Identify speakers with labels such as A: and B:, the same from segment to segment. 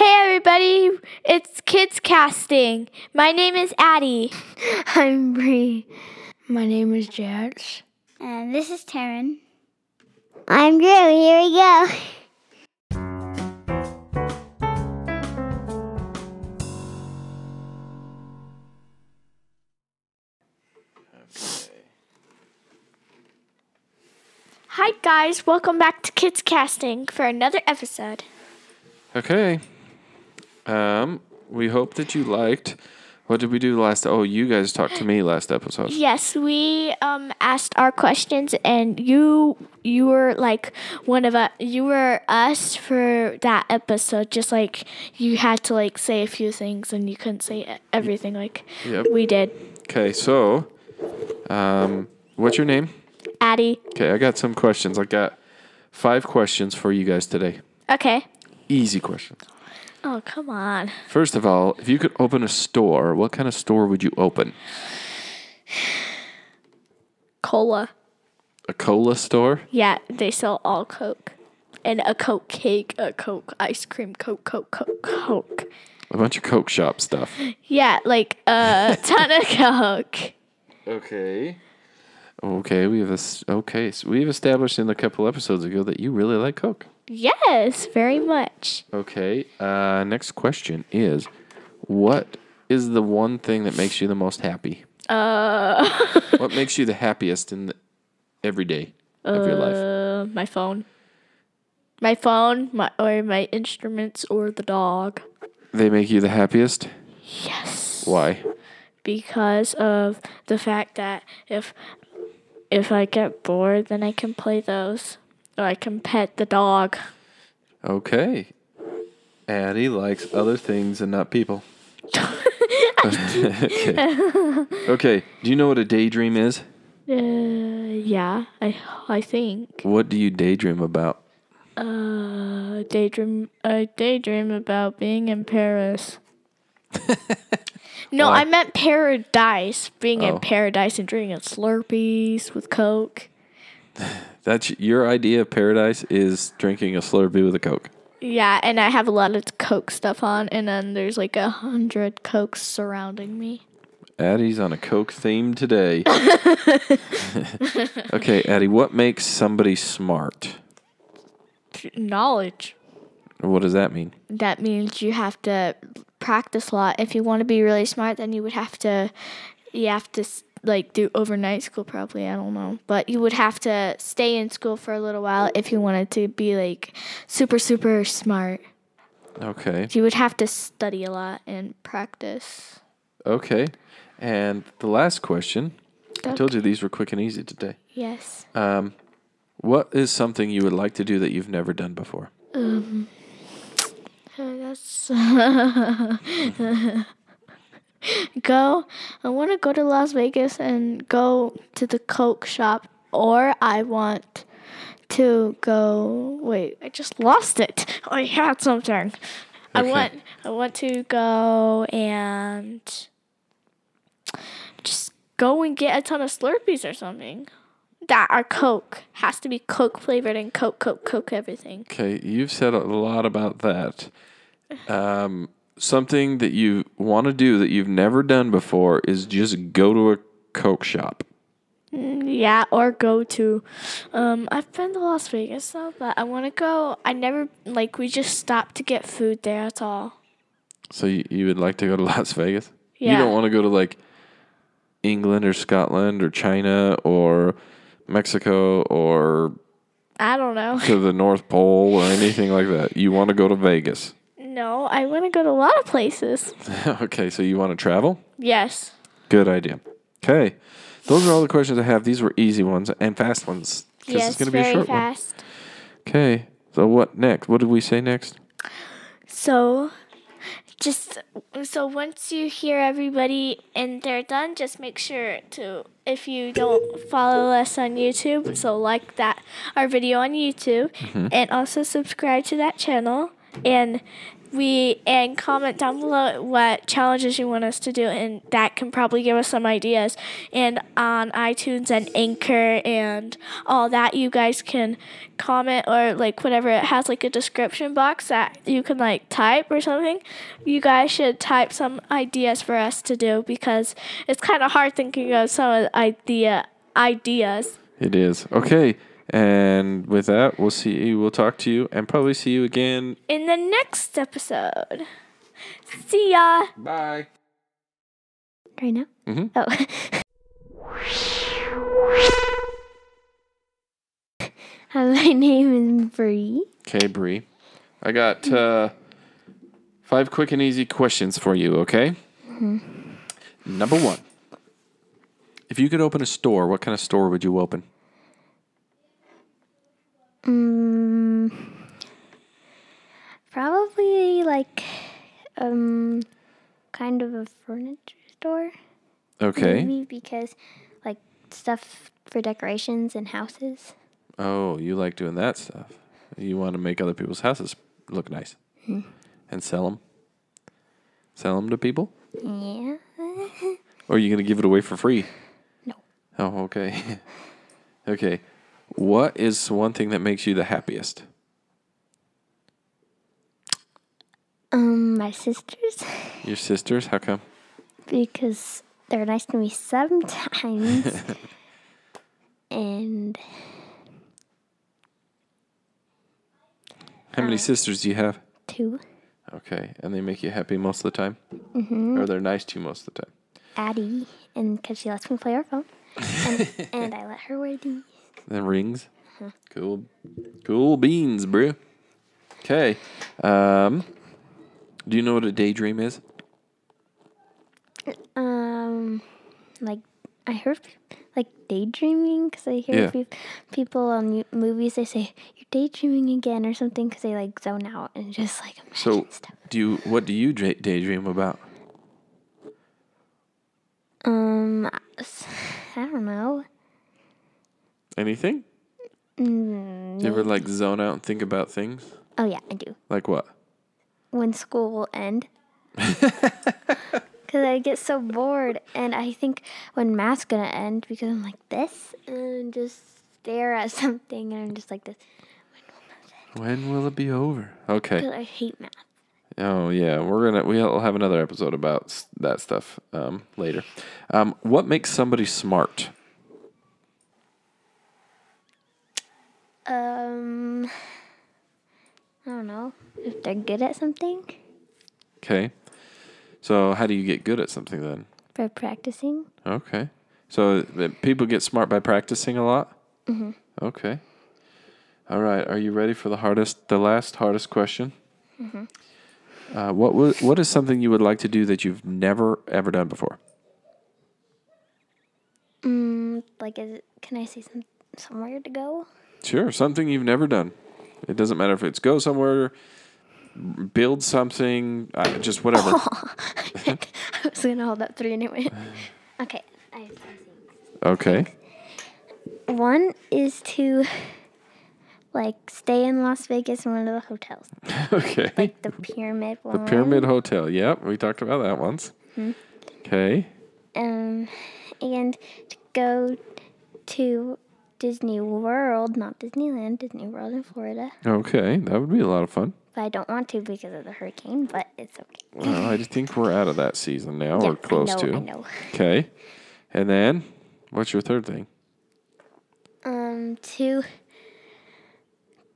A: everybody. It's Kids Casting. My name is Addie.
B: I'm Bree. My name is Jax.
C: And this is Taryn.
D: I'm Drew. Here we go.
A: Hi, guys. Welcome back to Kids Casting for another episode.
E: Okay. Um, we hope that you liked. What did we do last? Oh, you guys talked to me last episode.
A: Yes, we um, asked our questions, and you you were like one of us. You were us for that episode. Just like you had to like say a few things, and you couldn't say e- everything like
E: Yep.
A: we did.
E: Okay, so, um, what's your name?
A: Addie.
E: Okay, I got some questions. I got five questions for you guys today.
A: Okay.
E: Easy questions.
A: Oh come on.
E: First of all, if you could open a store, what kind of store would you open?
A: Cola.
E: A cola store?
A: Yeah, they sell all Coke. And a Coke cake, a Coke ice cream, Coke, Coke, Coke, Coke.
E: A bunch of Coke shop stuff.
A: Yeah, like a ton of Coke.
E: Okay. Okay, we have es- okay, so we've established in a couple episodes ago that you really like Coke.
A: Yes, very much.
E: Okay. Uh, next question is, what is the one thing that makes you the most happy? Uh. what makes you the happiest in the, every day of your life?
A: Uh, my phone. My phone, my or my instruments, or the dog.
E: They make you the happiest.
A: Yes.
E: Why?
A: Because of the fact that if if I get bored, then I can play those, or I can pet the dog.
E: Okay. Addie likes other things and not people. okay. okay. Do you know what a daydream is?
A: Uh, yeah, I I think.
E: What do you daydream about?
A: Uh, daydream. I daydream about being in Paris. no,
E: Why?
A: I meant paradise. Being
E: Oh.
A: in paradise and drinking Slurpees with Coke.
E: That's your idea of paradise is drinking a Slurpee with a Coke.
A: Yeah, and I have a lot of Coke stuff on, and then there's like a hundred Cokes surrounding me.
E: Addie's on a Coke theme today. okay, Addie, what makes somebody smart?
A: Knowledge.
E: What does that mean?
A: That means you have to practice a lot. If you want to be really smart, then you would have to, you have to s- like do overnight school probably. I don't know, but you would have to stay in school for a little while if you wanted to be like super super smart.
E: Okay.
A: You would have to study a lot and practice.
E: Okay. And the last question. I told you these were quick and easy today.
A: Yes.
E: What is something you would like to do that you've never done before?
A: Uh, that's go. I want to go to Las Vegas and go to the Coke shop, or I want to go. Wait, I just lost it. I had something. I
E: Okay.
A: want. I want to go and just go and get a ton of Slurpees or something. That are Coke has to be Coke flavored and Coke, Coke, Coke everything.
E: Okay, you've said a lot about that. Um, something that you want to do that you've never done before is just go to a Coke shop.
A: Yeah, or go to. Um, I've been to Las Vegas though, but I want to go. I never like we just stopped to get food there. That's all.
E: So you, you would like to go to Las Vegas? You
A: Yeah.
E: don't want to go to like England or Scotland or China or Mexico or
A: I don't know.
E: to the North Pole or anything like that. You want to go to Vegas.
A: No, I want to go to a lot of places.
E: okay, so you want to travel?
A: Yes.
E: Good idea. Okay. Those are all the questions I have. These were easy ones and fast ones. 'cause
A: Yes,
E: it's going to be
A: very
E: a short one.
A: fast.
E: Okay. So what next? What did we say next?
A: So, just so once you hear everybody and they're done, just make sure to if you don't follow us on YouTube, so like that our video on YouTube and also subscribe to that channel and we and comment down below what challenges you want us to do and that can probably give us some ideas and on itunes and anchor and all that you guys can comment or like whatever it has like a description box that you can like type or something you guys should type some ideas for us to do because it's kind of hard thinking of some idea ideas
E: It is. Okay. And with that, we'll see you. We'll talk to you and probably see you again.
A: in the next episode see ya
E: Bye.
B: Right now?
E: Mhm.
B: Oh. Hi, my name is Bree.
E: Okay, Bree. I got uh, five quick and easy questions for you, okay? Number one If you could open a store, what kind of store would you open?
B: Um, probably like um, kind of a furniture store.
E: Okay.
B: Maybe because like stuff for decorations and houses.
E: Oh, you like doing that stuff. You want to make other people's houses look nice and sell them. Sell them to people?
B: Yeah.
E: Or are you going to give it away for free? No. Oh, okay. okay. What is one thing that makes you the happiest?
B: Um, my sisters
E: Your sisters? How come?
B: because they're nice to me sometimes. and
E: How many sisters do you have?
B: two,
E: Okay. And they make you happy most of the time? Mm-hmm. Or they're nice to you most of the time?
B: Addie, and because she lets me play her phone, and, and I let her wear these.
E: The rings? Cool. Cool beans, bro. Okay. Um, do you know what a daydream is?
B: Um, like I heard, pe- like daydreaming because I hear
E: Yeah.
B: peop people on you- movies they say you're daydreaming again or something because they like zone out and just like imagine
E: So,
B: stuff.
E: do you what do you dra- daydream about?
B: Um, I s- I don't know.
E: Anything? Do you ever like zone out and think about things?
B: Mm, Oh yeah, I do.
E: Like what?
B: When school will end. Because I get so bored, and I think when math's gonna end because I'm like this and just stare at something, and I'm just like this.
E: When will it be over? Okay.
B: 'Cause I hate math.
E: Oh yeah, we're gonna we'll have another episode about s- that stuff um, later. Um, what makes somebody smart?
B: Um, I don't know if they're good at something
E: Okay. So how do you get good at something then?
B: by practicing.
E: Okay. So uh, people get smart by practicing a lot. Mm-hmm. Okay. All right. Are you ready for the hardest, the last hardest question? Mm-hmm. Uh, what wa- What is something you would like to do that you've never ever done before?
B: Mm, like, is it, can I say some somewhere to go?
E: Sure, something you've never done. It doesn't matter if it's go somewhere, build something, uh, just whatever.
B: I was gonna hold up three and it went. Okay, I have three things.
E: Okay.
B: One is to like stay in Las Vegas in one of the hotels,
E: okay.
B: like the Pyramid one.
E: Pyramid Hotel. Yep, we talked about that once. Okay.
B: Um, and to go to Disney World, not Disneyland, Disney World in Florida.
E: Okay, that would be a lot of fun.
B: But I don't want to because of the hurricane, but it's okay.
E: Well, I think we're out of that season now, or
B: Yeah,
E: Oh, close
B: I know,
E: to.
B: I know.
E: Okay. And then, what's your third thing?
B: Um, to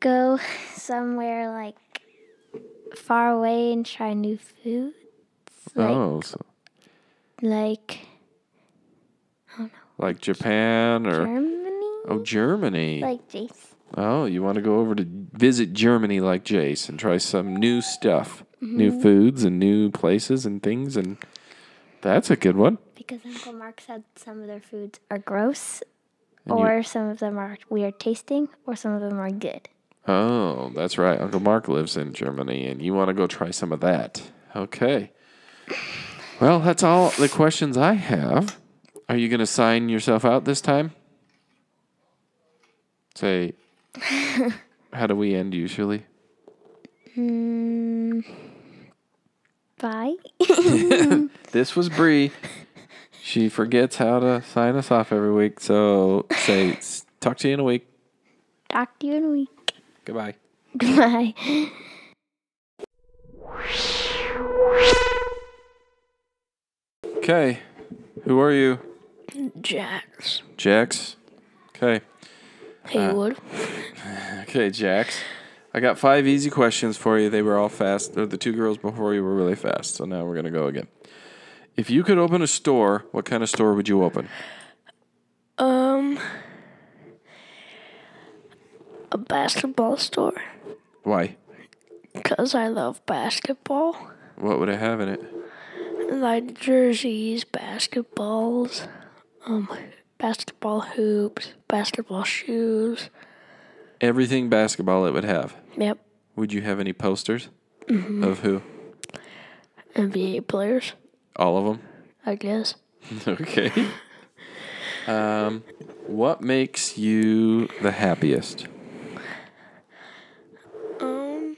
B: go somewhere like far away and try new food, Like-
E: oh, so,
B: like
E: like Japan or
B: Germany,
E: oh Germany.
B: like Jace.
E: oh, you want to go over to visit Germany like Jace and try some new stuff,
B: Mm-hmm.
E: new foods and new places and things, and that's a good one.
B: Because Uncle Mark said some of their foods are gross,
E: you-
B: or some of them are weird tasting, or some of them are good.
E: Oh, that's right. Uncle Mark lives in Germany, and you want to go try some of that. Okay. Well, that's all the questions I have. Are you going to sign yourself out this time? Say, how do we end usually?
B: Mm, bye.
E: This was Bree. She forgets how to sign us off every week. So say, s- talk to you in a week.
B: Talk to you in a week.
E: Goodbye.
B: Bye.
E: Okay. Who are you?
A: Jax.
E: Jax. Okay.
A: Haywood.
E: Okay, Jax. I got five easy questions for you. They were all fast. Or the two girls before you were really fast. So now we're going to go again. If you could open a store, what kind of store would you open?
A: um, a basketball store
E: Why?
A: because I love basketball.
E: What would it have in it?
A: Like jerseys, basketballs, um, basketball hoops, basketball shoes.
E: Everything basketball it would have.
A: Yep,
E: Would you have any posters? Of who?
A: NBA players,
E: All of them?
A: I guess.
E: Okay. um, what makes you the happiest?
A: Um,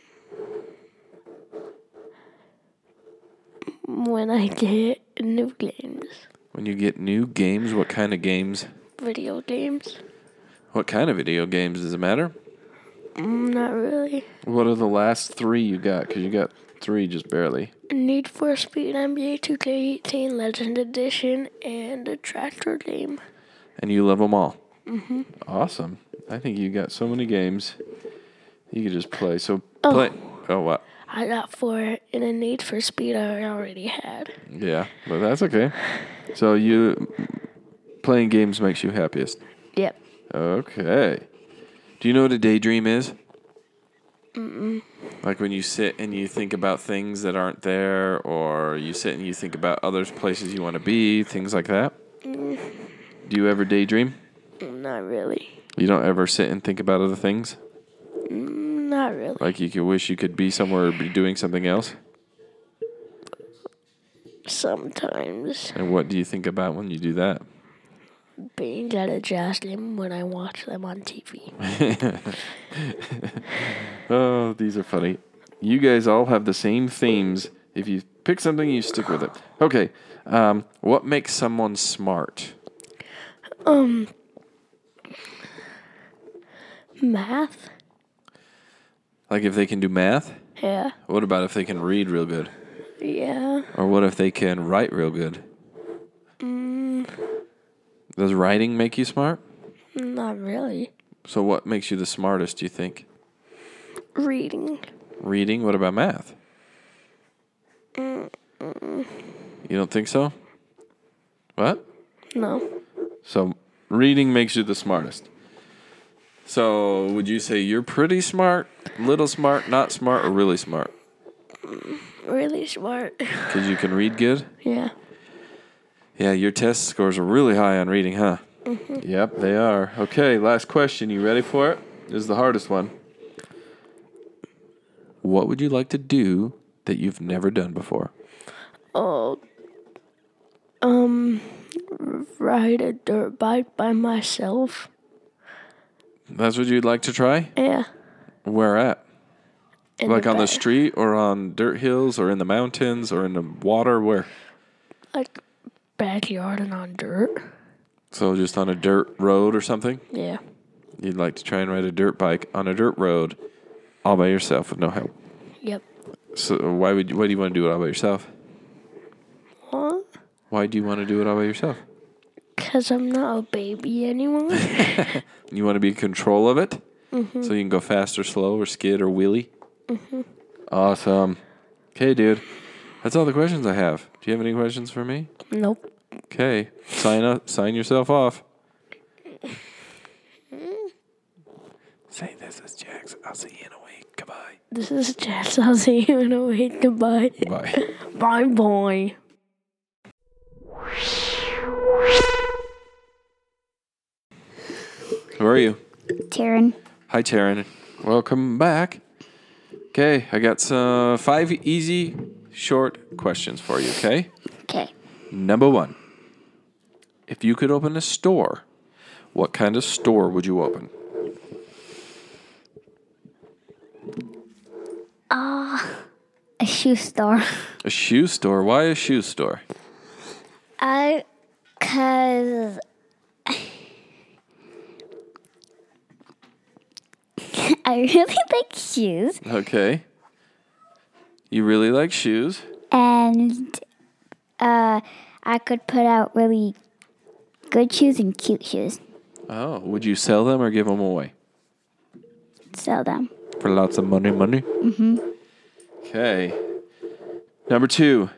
A: when I get new games,
E: When you get new games, what kind of games?
A: video games,
E: What kind of video games does it matter?
A: Mm, not really.
E: What are the last three you got? Because you got three just barely.
A: Need for Speed NBA 2K18 Legend Edition and a tractor game.
E: And you love them all. Mm-hmm. Awesome. I think you got so many games you could just play. So play. Oh, what?
A: I got four in a Need for Speed I already had.
E: Yeah, but that's okay. So you playing games makes you happiest.
A: Yep.
E: Okay. Do you know what a daydream is? Mm-mm. Like when you sit and you think about things that aren't there, or you sit and you think about other places you want to be, things like that. Do you ever daydream?
A: Not really.
E: You don't ever sit and think about other things?
A: Not really.
E: Like you could wish you could be somewhere or be doing something else?
A: Sometimes
E: And what do you think about when you do that?
A: being at a jazz game when I watch them on TV.
E: Oh, these are funny. You guys all have the same themes. If you pick something, you stick with it. Okay. Um, what makes someone smart?
A: Math?
E: Like if they can do math?
A: Yeah.
E: What about if they can read real good?
A: Yeah.
E: Or what if they can write real good? Does writing make you smart?
A: Not really.
E: So what makes you the smartest, do you think?
A: Reading.
E: Reading? What about math? You don't think so? What?
A: No.
E: So reading makes you the smartest. So would you say you're pretty smart, little smart, not smart, or really smart?
A: Really smart.
E: Because you can read good?
A: yeah.
E: Yeah, your test scores are really high on reading, huh?
A: Mm-hmm.
E: Yep, they are. Okay, last question. You ready for it? This is the hardest one. What would you like to do that you've never done before?
A: Oh. Um. Ride a dirt bike by myself.
E: That's what you'd like to try?
A: Yeah.
E: Where at?
A: In
E: Like on the
A: back.
E: street or on dirt hills or in the mountains or in the water? Where?
A: Like backyard and on dirt.
E: So just on a dirt road or something?
A: Yeah.
E: You'd like to try and ride a dirt bike on a dirt road all by yourself with no help.
A: Yep.
E: So why would you, why do you want to do it all by yourself?
A: Huh?
E: Why do you want to do it all by yourself?
A: Cause I'm not a baby anymore.
E: You want to be in control of it? So you can go fast or slow or skid or wheelie? Awesome. Okay, dude. That's all the questions I have. Do you have any questions for me?
A: nope.
E: Okay. Sign up sign yourself off. Say this is Jax. I'll see you in a week. Goodbye.
A: This is Jess. I'll see you in a week. Goodbye.
E: Bye.
A: Bye, boy.
E: Who are you?
C: Taryn.
E: Hi, Taryn. Welcome back. Okay, I got some five easy, short questions for you. Okay.
C: Okay.
E: Number one: If you could open a store, what kind of store would you open?
B: a shoe store.
E: A shoe store. Why a shoe store?
B: Uh, cause I really like shoes,
E: Okay. You really like shoes?
B: and uh, I could put out really good shoes and cute shoes.
E: Oh, would you sell them or give them away?
B: Sell them.
E: For lots of money, money. Mm-hmm. Okay. Number two.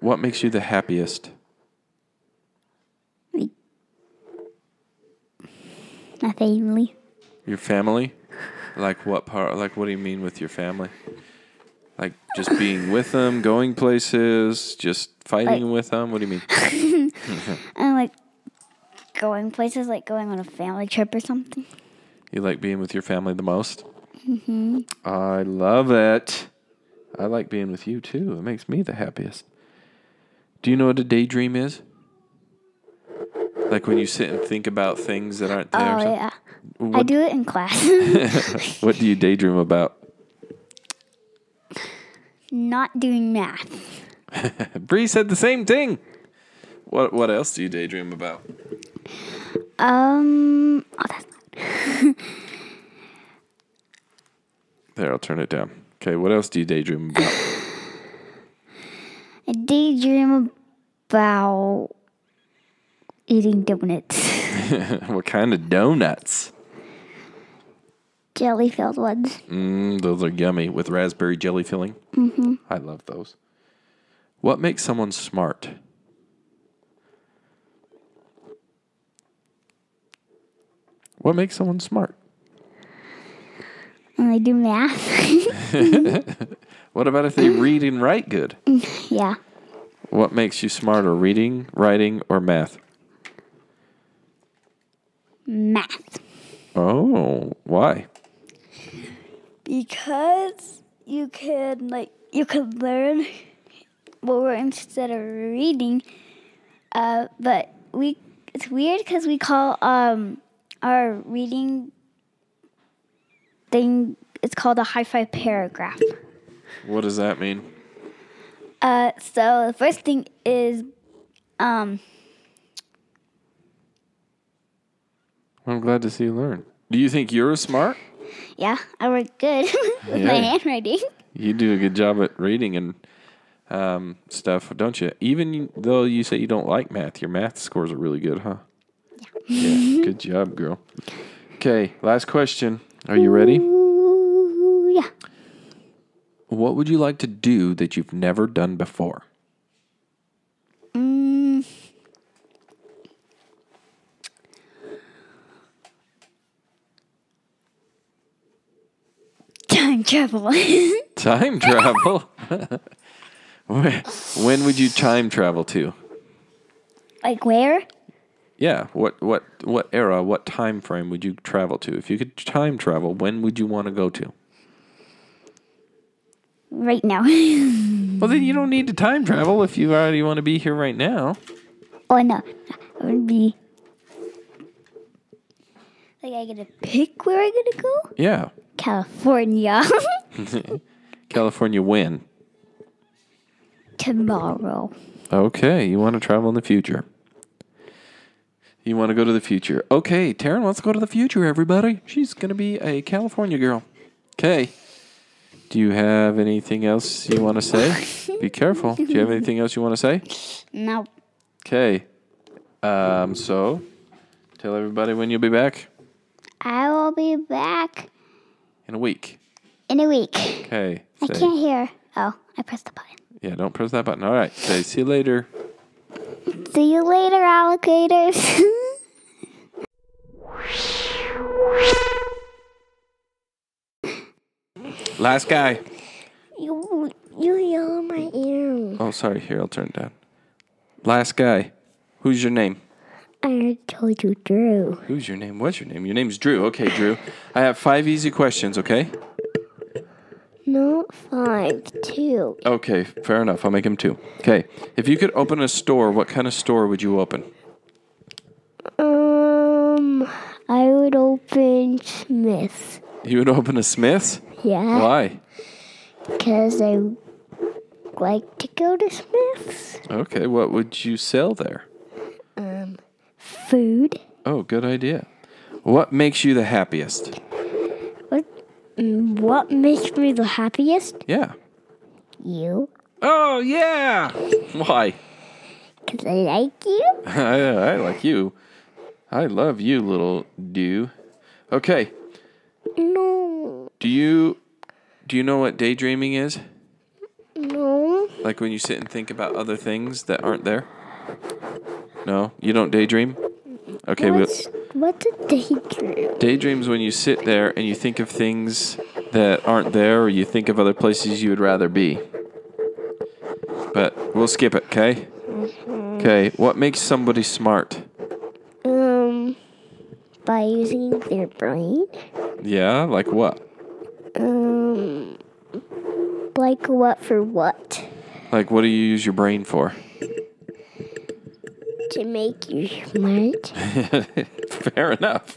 E: What makes you the happiest?
B: My family.
E: Your family? Like what part? Like what do you mean with your family? Like just being with them, going places, just fighting with them. What do you mean?
B: And like going places, like going on a family trip or something.
E: You like being with your family the most? Mm-hmm. I love it. I like being with you too. It makes me the happiest. Do you know what a daydream is? Like when you sit and think about things that aren't there. or
B: Oh
E: something?
B: yeah, I
E: What,
B: do it in class.
E: what do you daydream about?
B: Not doing math.
E: Bree said the same thing. What What else do you daydream about?
B: Um. Oh, that's
E: There, I'll turn it down. Okay, what else do you daydream about?
B: I daydream about eating donuts,
E: what kind of donuts?
B: jelly filled ones.
E: Mm, those are yummy with raspberry jelly filling. Mm-hmm. I love those. What makes someone smart? What makes someone smart?
B: And I do math.
E: What about if they read and write good?
B: yeah.
E: What makes you smarter, reading, writing, or math?
B: Math.
E: Oh, why?
B: Because you could like you could learn more instead of reading. Uh, but we it's weird because we call um our reading thing it's called a high five paragraph.
E: What does that mean?
B: Uh, so the first thing is um
E: I'm glad to see you learn. Do you think you're smart?
B: Yeah, I work good with my
E: Yeah.
B: handwriting.
E: You do a good job at reading and um, stuff, don't you? Even though you say you don't like math, your math scores are really good, huh? Yeah. yeah good job, girl. Okay, last question. Are you ready?
B: Ooh, yeah.
E: What would you like to do that you've never done before?
B: Time travel.
E: Time travel. Where- when would you time travel to?
B: like where?
E: Yeah, what what what era, what time frame would you travel to? If you could time travel, when would you want to go to?
B: Right now.
E: Well, then you don't need to time travel if you already want to be here right now.
B: oh no, I would be. Like I get to pick where I gonna go?
E: Yeah.
B: California
E: California win.
B: tomorrow.
E: Okay, you want to travel in the future. You want to go to the future. Okay, Taryn wants to go to the future, everybody. She's going to be a California girl. Okay. Do you have anything else you want to say? be careful. Do you have anything else you want to say?
B: No,
E: Okay. Um, so, tell everybody when you'll be back
D: I will be back
E: in a week.
D: in a week.
E: Okay.
D: I
E: say-
D: can't hear.
B: oh, I pressed the button.
E: Yeah, don't press that button. All right. Say, see you later.
D: See you later, alligators.
E: Last guy.
D: you, you yell in my ear.
E: Oh, sorry. Here, I'll turn it down. Last guy. Who's your name?
D: I already told you, Drew.
E: Who's your name? What's your name? Your name's Drew. Okay, Drew. I have five easy questions, okay?
D: Not five, two.
E: Okay, fair enough. I'll make him two. Okay. If you could open a store, what kind of store would you open?
D: Um, I would open Smith.
E: You would open a Smith's?
B: Yeah,
E: Why?
B: because I like to go to Smith's.
E: Okay, what would you sell there?
B: Food.
E: Oh, good idea. What makes you the happiest?
B: What? mm, What makes me the happiest?
E: Yeah.
B: You,
E: Oh, yeah. Why?
B: because I like you.
E: I, I like you. I love you, little do. Okay.
B: No,
E: Do you do you know what daydreaming is?
B: no,
E: Like when you sit and think about other things that aren't there? No, you don't daydream. Okay, we'll,
B: What's what's a daydream?
E: daydreams when you sit there and you think of things that aren't there, or you think of other places you would rather be. But we'll skip it, okay? Okay. What makes somebody smart?
B: Um, by using their brain.
E: Yeah, like what?
B: Um, like what for what?
E: Like what do you use your brain for?
B: To make you smart.
E: Fair enough.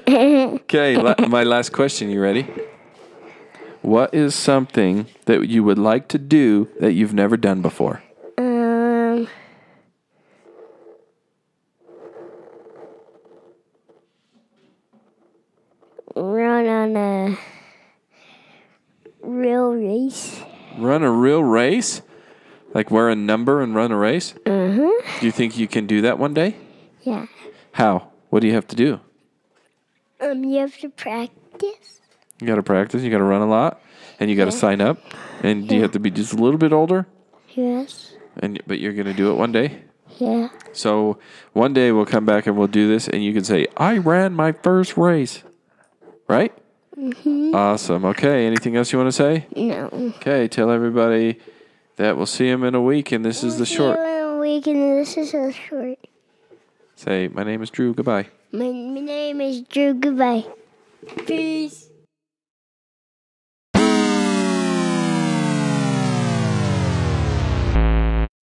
E: Okay, la- my last question. You ready? What is something that you would like to do that you've never done before?
B: Um, run on a real race.
E: Run a real race? Like wear a number and run a race? Mm-hmm. Do you think you can do that one day?
B: Yeah.
E: How? What do you have to do?
B: Um, you have to practice.
E: You got to practice. You got to run a lot, and you got to sign up. And do you have to be just a little bit older?
B: Yes.
E: And but you're gonna do it one day.
B: Yeah.
E: So one day we'll come back and we'll do this, and you can say, I ran my first race. Right? Awesome. Okay. Anything else you want to say?
B: No.
E: Okay. Tell everybody that we'll see them in a week, and this is the short.
B: week, and um, this is a short.
E: Say, my name is Drew. Goodbye.
B: My, my name is Drew. Goodbye. Peace.